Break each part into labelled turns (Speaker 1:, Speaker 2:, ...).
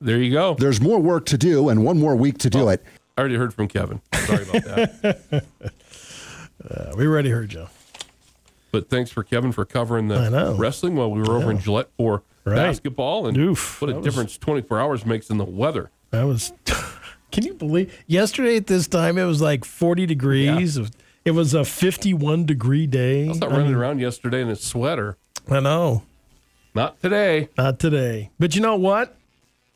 Speaker 1: There you go.
Speaker 2: There's more work to do and one more week to do it.
Speaker 1: I already heard from Kevin. Sorry about that.
Speaker 3: Uh, we already heard you.
Speaker 1: But thanks for Kevin for covering
Speaker 3: I
Speaker 1: the
Speaker 3: know.
Speaker 1: wrestling while we were over in Gillette for
Speaker 3: Right.
Speaker 1: basketball and
Speaker 3: Oof,
Speaker 1: what a
Speaker 3: that was-
Speaker 1: difference 24 hours makes in the weather.
Speaker 3: That was. Can you believe? Yesterday at this time, it was like 40 degrees. It was a 51 degree day.
Speaker 1: I was
Speaker 3: I,
Speaker 1: not running around yesterday in a sweater.
Speaker 3: I know.
Speaker 1: Not today.
Speaker 3: Not today. But you know what?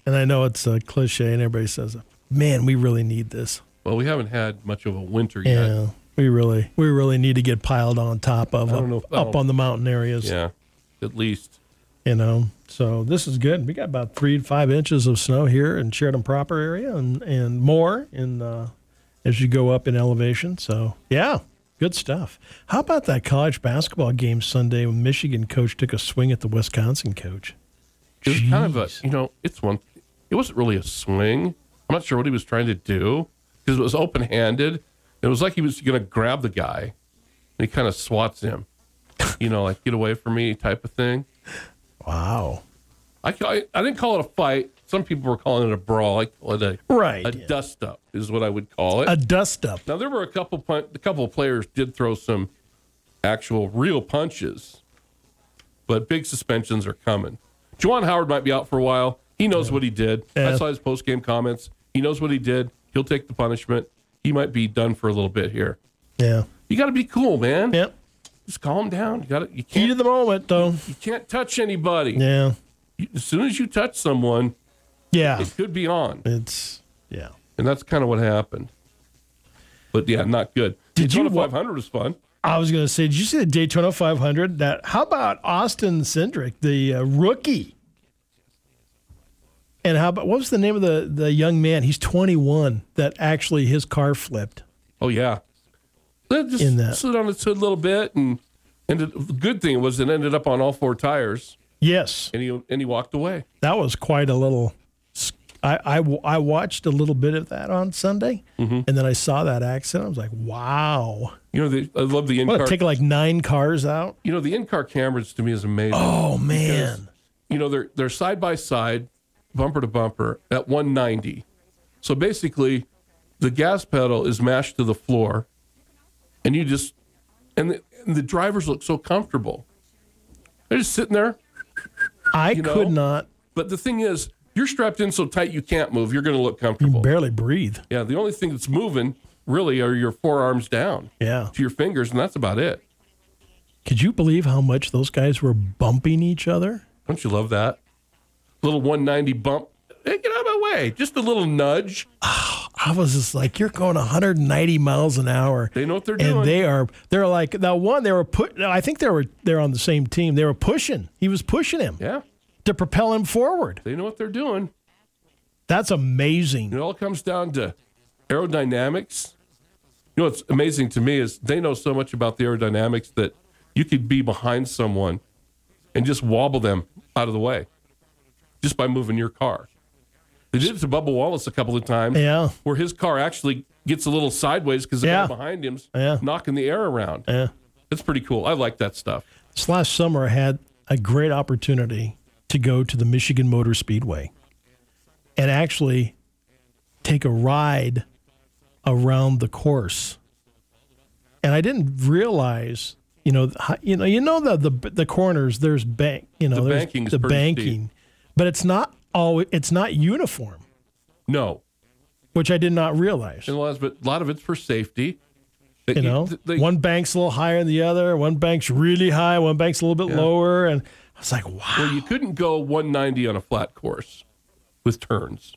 Speaker 3: And I know it's a cliche and everybody says it. Man, we really need this.
Speaker 1: Well, we haven't had much of a winter
Speaker 3: Yeah.
Speaker 1: yet.
Speaker 3: We really we really need to get piled on top of
Speaker 1: I don't know
Speaker 3: up,
Speaker 1: if that'll-
Speaker 3: up on the mountain areas.
Speaker 1: Yeah. At least.
Speaker 3: You know. So this is good. We got about three to five inches of snow here in Sheridan proper area and, and more in uh, as you go up in elevation. So yeah. Good stuff. How about that college basketball game Sunday when Michigan coach took a swing at the Wisconsin coach?
Speaker 1: It was kind of a,
Speaker 3: Jeez.
Speaker 1: you know, it's one. It wasn't really a swing. I'm not sure what he was trying to do because it was open handed. It was like he was going to grab the guy, and he kind of swats him, you know, like get away from me type of thing.
Speaker 3: Wow.
Speaker 1: I, ca- I, I didn't call it a fight. Some people were calling it a brawl. I call it a
Speaker 3: Right.
Speaker 1: a dust up is what I would call it.
Speaker 3: a dust up.
Speaker 1: now there were a couple pun- a couple of players did throw some actual real punches, but big suspensions are coming. Juwan Howard might be out for a while. He knows what he did. I
Speaker 3: Yeah.
Speaker 1: saw his post game comments. He knows what he did. He'll take the punishment. He might be done for a little bit here.
Speaker 3: Yeah.
Speaker 1: You got to be cool, man.
Speaker 3: Yep.
Speaker 1: Just calm down. You got to you
Speaker 3: Heat
Speaker 1: can't
Speaker 3: of the moment, though.
Speaker 1: you can't touch anybody.
Speaker 3: Yeah.
Speaker 1: You- as soon as you touch someone,
Speaker 3: Yeah.
Speaker 1: it could be on.
Speaker 3: It's yeah.
Speaker 1: and that's kind of what happened. But yeah, not good.
Speaker 3: Did you
Speaker 1: Daytona
Speaker 3: wa-
Speaker 1: 500 was fun.
Speaker 3: I was gonna say, did you see the Daytona 500? That how about Austin Cindric, the uh, rookie? And how about what was the name of the the young man? He's 21. That actually his car flipped.
Speaker 1: Oh yeah, It just
Speaker 3: In that-
Speaker 1: slid on its hood a little bit, and and the good thing was it ended up on all four tires,
Speaker 3: Yes,
Speaker 1: and he and he walked away.
Speaker 3: that was quite a little. s- I, I w- I watched a little bit of that on Sunday, and then I saw that accident. I was like, wow.
Speaker 1: You know, the, I love the in
Speaker 3: What,
Speaker 1: car.
Speaker 3: take like nine cars out?
Speaker 1: you know, the in car cameras to me is amazing.
Speaker 3: Oh, man.
Speaker 1: You know, they're they're side by side, bumper to bumper at 190. So basically, the gas pedal is mashed to the floor, and you just and the, and the drivers look so comfortable. They're just sitting there.
Speaker 3: I
Speaker 1: know?
Speaker 3: could not
Speaker 1: But the thing is, you're strapped in so tight you can't move. You're going to look comfortable.
Speaker 3: barely breathe.
Speaker 1: yeah, the only thing that's moving really are your forearms down
Speaker 3: Yeah.
Speaker 1: to your fingers, and that's about it.
Speaker 3: Could you believe how much those guys were bumping each other?
Speaker 1: Don't you love that? Little 190 bump. Hey, get out of my way. Just a little nudge.
Speaker 3: I was just like, you're going 190 miles an hour.
Speaker 1: They know what they're doing.
Speaker 3: And they are, they're like, that one, they were put, I think they were, they're on the same team. They were pushing. He was pushing him
Speaker 1: yeah,
Speaker 3: to propel him forward.
Speaker 1: they know what they're doing.
Speaker 3: That's amazing.
Speaker 1: It all comes down to aerodynamics. You know what's amazing to me is they know so much about the aerodynamics that you could be behind someone and just wobble them out of the way just by moving your car. They did it to Bubba Wallace a couple of times
Speaker 3: Yeah.
Speaker 1: where his car actually gets a little sideways because the
Speaker 3: Yeah.
Speaker 1: guy behind him's
Speaker 3: Yeah.
Speaker 1: knocking the air around.
Speaker 3: Yeah.
Speaker 1: It's pretty cool. I like that stuff.
Speaker 3: This last summer, I had a great opportunity to go to the Michigan Motor Speedway and actually take a ride around the course. And I didn't realize, you know, how- you know, you know the the, the corners. There's bank, you know,
Speaker 1: The
Speaker 3: there's
Speaker 1: banking is
Speaker 3: the
Speaker 1: pretty steep.
Speaker 3: banking, but it's not always it's not uniform,
Speaker 1: No.
Speaker 3: which I did not realize.
Speaker 1: And a lot of it- a lot of it's for safety. That
Speaker 3: You know,
Speaker 1: they-
Speaker 3: one bank's a little higher than the other. One bank's really high. One bank's a little bit lower. And I was like, wow.
Speaker 1: Well, you couldn't go 190 on a flat course with turns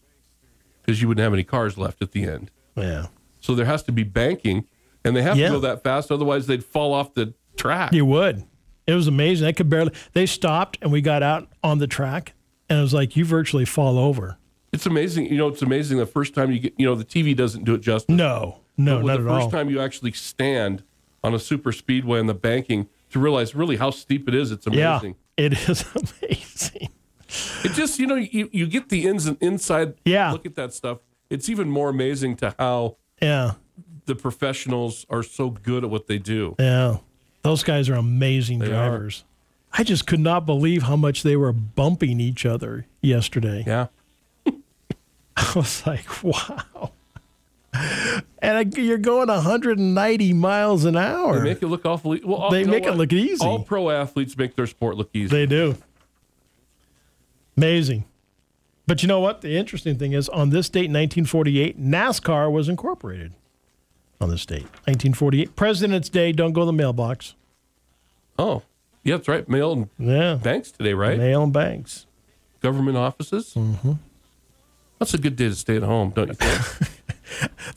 Speaker 1: because you wouldn't have any cars left at the end.
Speaker 3: Yeah.
Speaker 1: So there has to be banking, and they have
Speaker 3: Yeah.
Speaker 1: to go that fast, otherwise they'd fall off the track.
Speaker 3: You would. It was amazing. I could barely. They stopped and we got out on the track, and it was like you virtually fall over.
Speaker 1: It's amazing. You know, it's amazing the first time you get. You know, the TV doesn't do it justice.
Speaker 3: No, no,
Speaker 1: Well,
Speaker 3: not
Speaker 1: the
Speaker 3: at
Speaker 1: first
Speaker 3: all.
Speaker 1: time you actually stand on a super speedway in the banking to realize really how steep it is, it's
Speaker 3: yeah,
Speaker 1: amazing.
Speaker 3: it is amazing.
Speaker 1: It just you know you, you get the ins and inside
Speaker 3: Yeah.
Speaker 1: look at that stuff. It's even more amazing to how
Speaker 3: Yeah,
Speaker 1: the professionals are so good at what they do.
Speaker 3: yeah. Those guys are amazing drivers. I just could not believe how much they were bumping each other yesterday.
Speaker 1: Yeah.
Speaker 3: I was like, wow. And I, you're going 190 miles an hour.
Speaker 1: They make it look awfully well. all-
Speaker 3: They
Speaker 1: you know
Speaker 3: make it
Speaker 1: what?
Speaker 3: look easy.
Speaker 1: All pro athletes make their sport look easy.
Speaker 3: They do. Amazing. But you know what? The interesting thing is on this date, 1948, NASCAR was incorporated on this date, 1948. President's Day, don't go to the mailbox.
Speaker 1: oh, yeah, that's right. Mail and
Speaker 3: Yeah.
Speaker 1: banks today, right?
Speaker 3: Mail and banks.
Speaker 1: Government offices. Mm-hmm. That's a good day to stay at home, don't you think?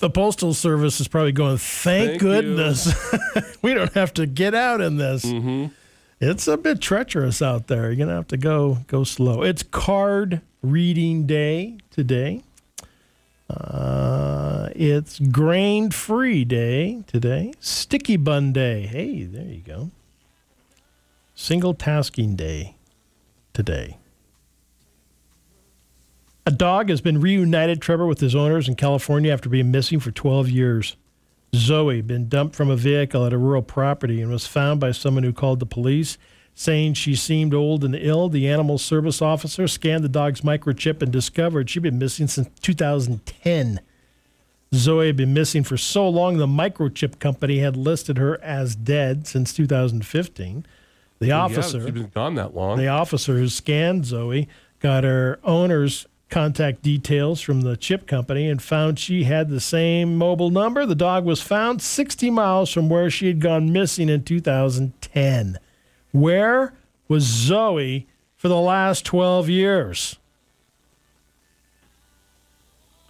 Speaker 3: The Postal Service is probably going, thank,
Speaker 1: Thank you."
Speaker 3: goodness we don't have to get out in this.
Speaker 1: Mm-hmm.
Speaker 3: It's a bit treacherous out there. You're going to have to go go slow. It's card reading day today. Uh, it's grain free day today. Sticky bun day. Hey, there you go. Single tasking day today. A dog has been reunited, Trevor, with his owners in California after being missing for 12 years. Zoe been dumped from a vehicle at a rural property and was found by someone who called the police, saying she seemed old and ill. The animal service officer scanned the dog's microchip and discovered she'd been missing since 2010. Zoe had been missing for so long, the microchip company had listed her as dead since 2015. The officer.
Speaker 1: yeah, she's been gone that long.
Speaker 3: The officer who scanned Zoe got her owner's contact details from the chip company and found she had the same mobile number. The dog was found 60 miles from where she had gone missing in 2010. Where was Zoe for the last 12 years?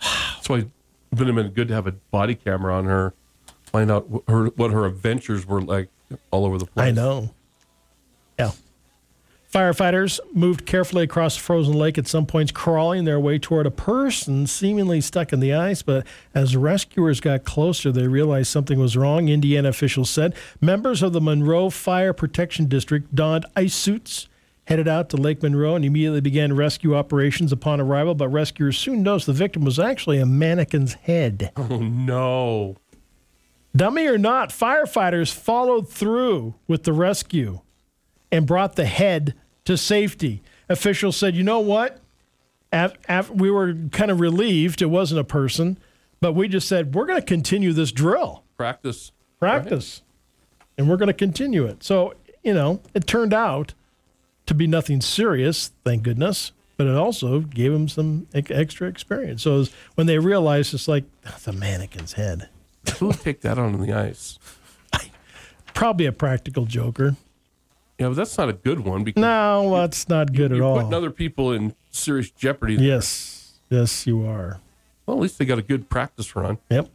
Speaker 1: That's why it would have been good to have a body camera on her, find out wh- her what her adventures were like all over the place.
Speaker 3: I know. Yeah. Firefighters moved carefully across the frozen lake, at some points crawling their way toward a person seemingly stuck in the ice. But as rescuers got closer, they realized something was wrong, Indiana officials said. Members of the Monroe Fire Protection District donned ice suits, headed out to Lake Monroe, and immediately began rescue operations upon arrival. But rescuers soon noticed the victim was actually a mannequin's head.
Speaker 1: Oh no!
Speaker 3: Dummy or not, firefighters followed through with the rescue and brought the head to safety. Officials said, you know what? Af- af- we were kind of relieved it wasn't a person, but we just said, we're going to continue this drill,
Speaker 1: Practice.
Speaker 3: practice, and we're going to continue it. So, you know, it turned out to be nothing serious, thank goodness, but it also gave them some e- extra experience. So it was- when they realized it's like, that's a mannequin's head.
Speaker 1: Who would take that out on the ice?
Speaker 3: Probably a practical joker.
Speaker 1: Yeah, but that's not a good one because
Speaker 3: No, that's not good at
Speaker 1: you're
Speaker 3: all.
Speaker 1: putting other people in serious jeopardy.
Speaker 3: yes, yes, you are.
Speaker 1: Well, at least they got a good practice run.
Speaker 3: Yep.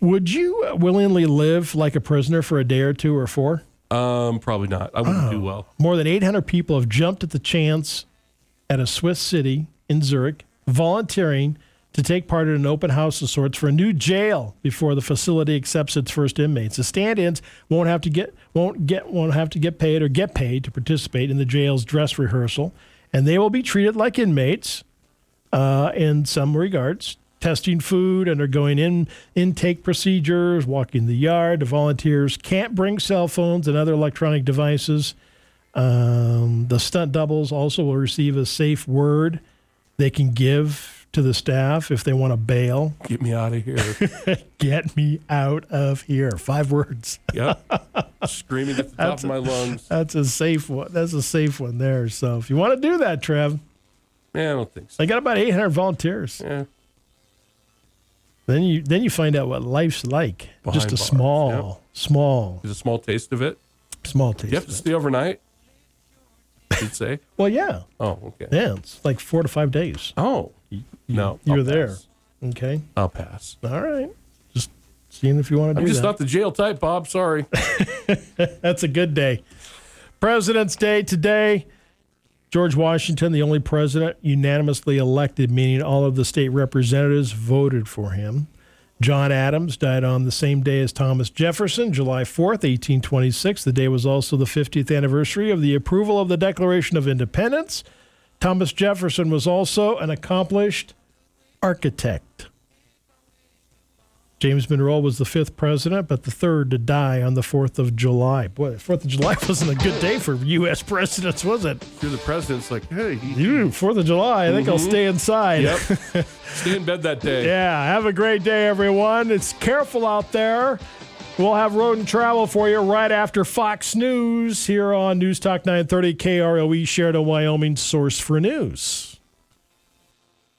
Speaker 3: Would you willingly live like a prisoner for a day or two or four?
Speaker 1: Um, probably not. I wouldn't
Speaker 3: Oh.
Speaker 1: do well.
Speaker 3: More than 800 people have jumped at the chance at a Swiss city in Zurich, volunteering to take part in an open house of sorts for a new jail before the facility accepts its first inmates. The stand-ins won't have to get won't get won't have to get paid or get paid to participate in the jail's dress rehearsal, and they will be treated like inmates uh, in some regards. Testing food, undergoing in intake procedures, walking the yard. The volunteers can't bring cell phones and other electronic devices. Um, the stunt doubles also will receive a safe word they can give to the staff if they want to bail.
Speaker 1: Get me out of here.
Speaker 3: Get me out of here. Five words.
Speaker 1: yep. Screaming at the top of my lungs.
Speaker 3: That's a safe one. That's a safe one there. So if you want to do that, Trev,
Speaker 1: Yeah, I don't think so.
Speaker 3: I got about 800 volunteers.
Speaker 1: Yeah.
Speaker 3: Then you then you find out what life's like.
Speaker 1: Behind
Speaker 3: Just a
Speaker 1: bars,
Speaker 3: small, small,
Speaker 1: There's a small taste of it.
Speaker 3: small taste.
Speaker 1: You have to stay overnight. You'd say.
Speaker 3: Well, yeah,
Speaker 1: Oh, okay.
Speaker 3: yeah. It's like four to five days.
Speaker 1: Oh, no.
Speaker 3: You
Speaker 1: I'll
Speaker 3: were there.
Speaker 1: pass.
Speaker 3: Okay.
Speaker 1: I'll pass.
Speaker 3: All right. Just seeing if you want to
Speaker 1: I'm
Speaker 3: do
Speaker 1: just
Speaker 3: that.
Speaker 1: not the jail type, Bob. Sorry.
Speaker 3: That's a good day. President's Day today. George Washington, the only president unanimously elected, meaning all of the state representatives voted for him. John Adams died on the same day as Thomas Jefferson, July 4th, 1826. The day was also the 50th anniversary of the approval of the Declaration of Independence. Thomas Jefferson was also an accomplished architect. James Monroe was the fifth president, but the third to die on the 4th of July. Boy, the 4th of July wasn't a good day for U.S. presidents, was it?
Speaker 1: You're the president's like, hey, he-
Speaker 3: Ooh, 4th of July, I think I'll stay inside.
Speaker 1: yep. Stay in bed that day.
Speaker 3: Yeah, have a great day, everyone. It's careful out there. We'll have road and travel for you right after Fox E, News here on News Talk 930 KROE, Sheridan, Wyoming, source for news.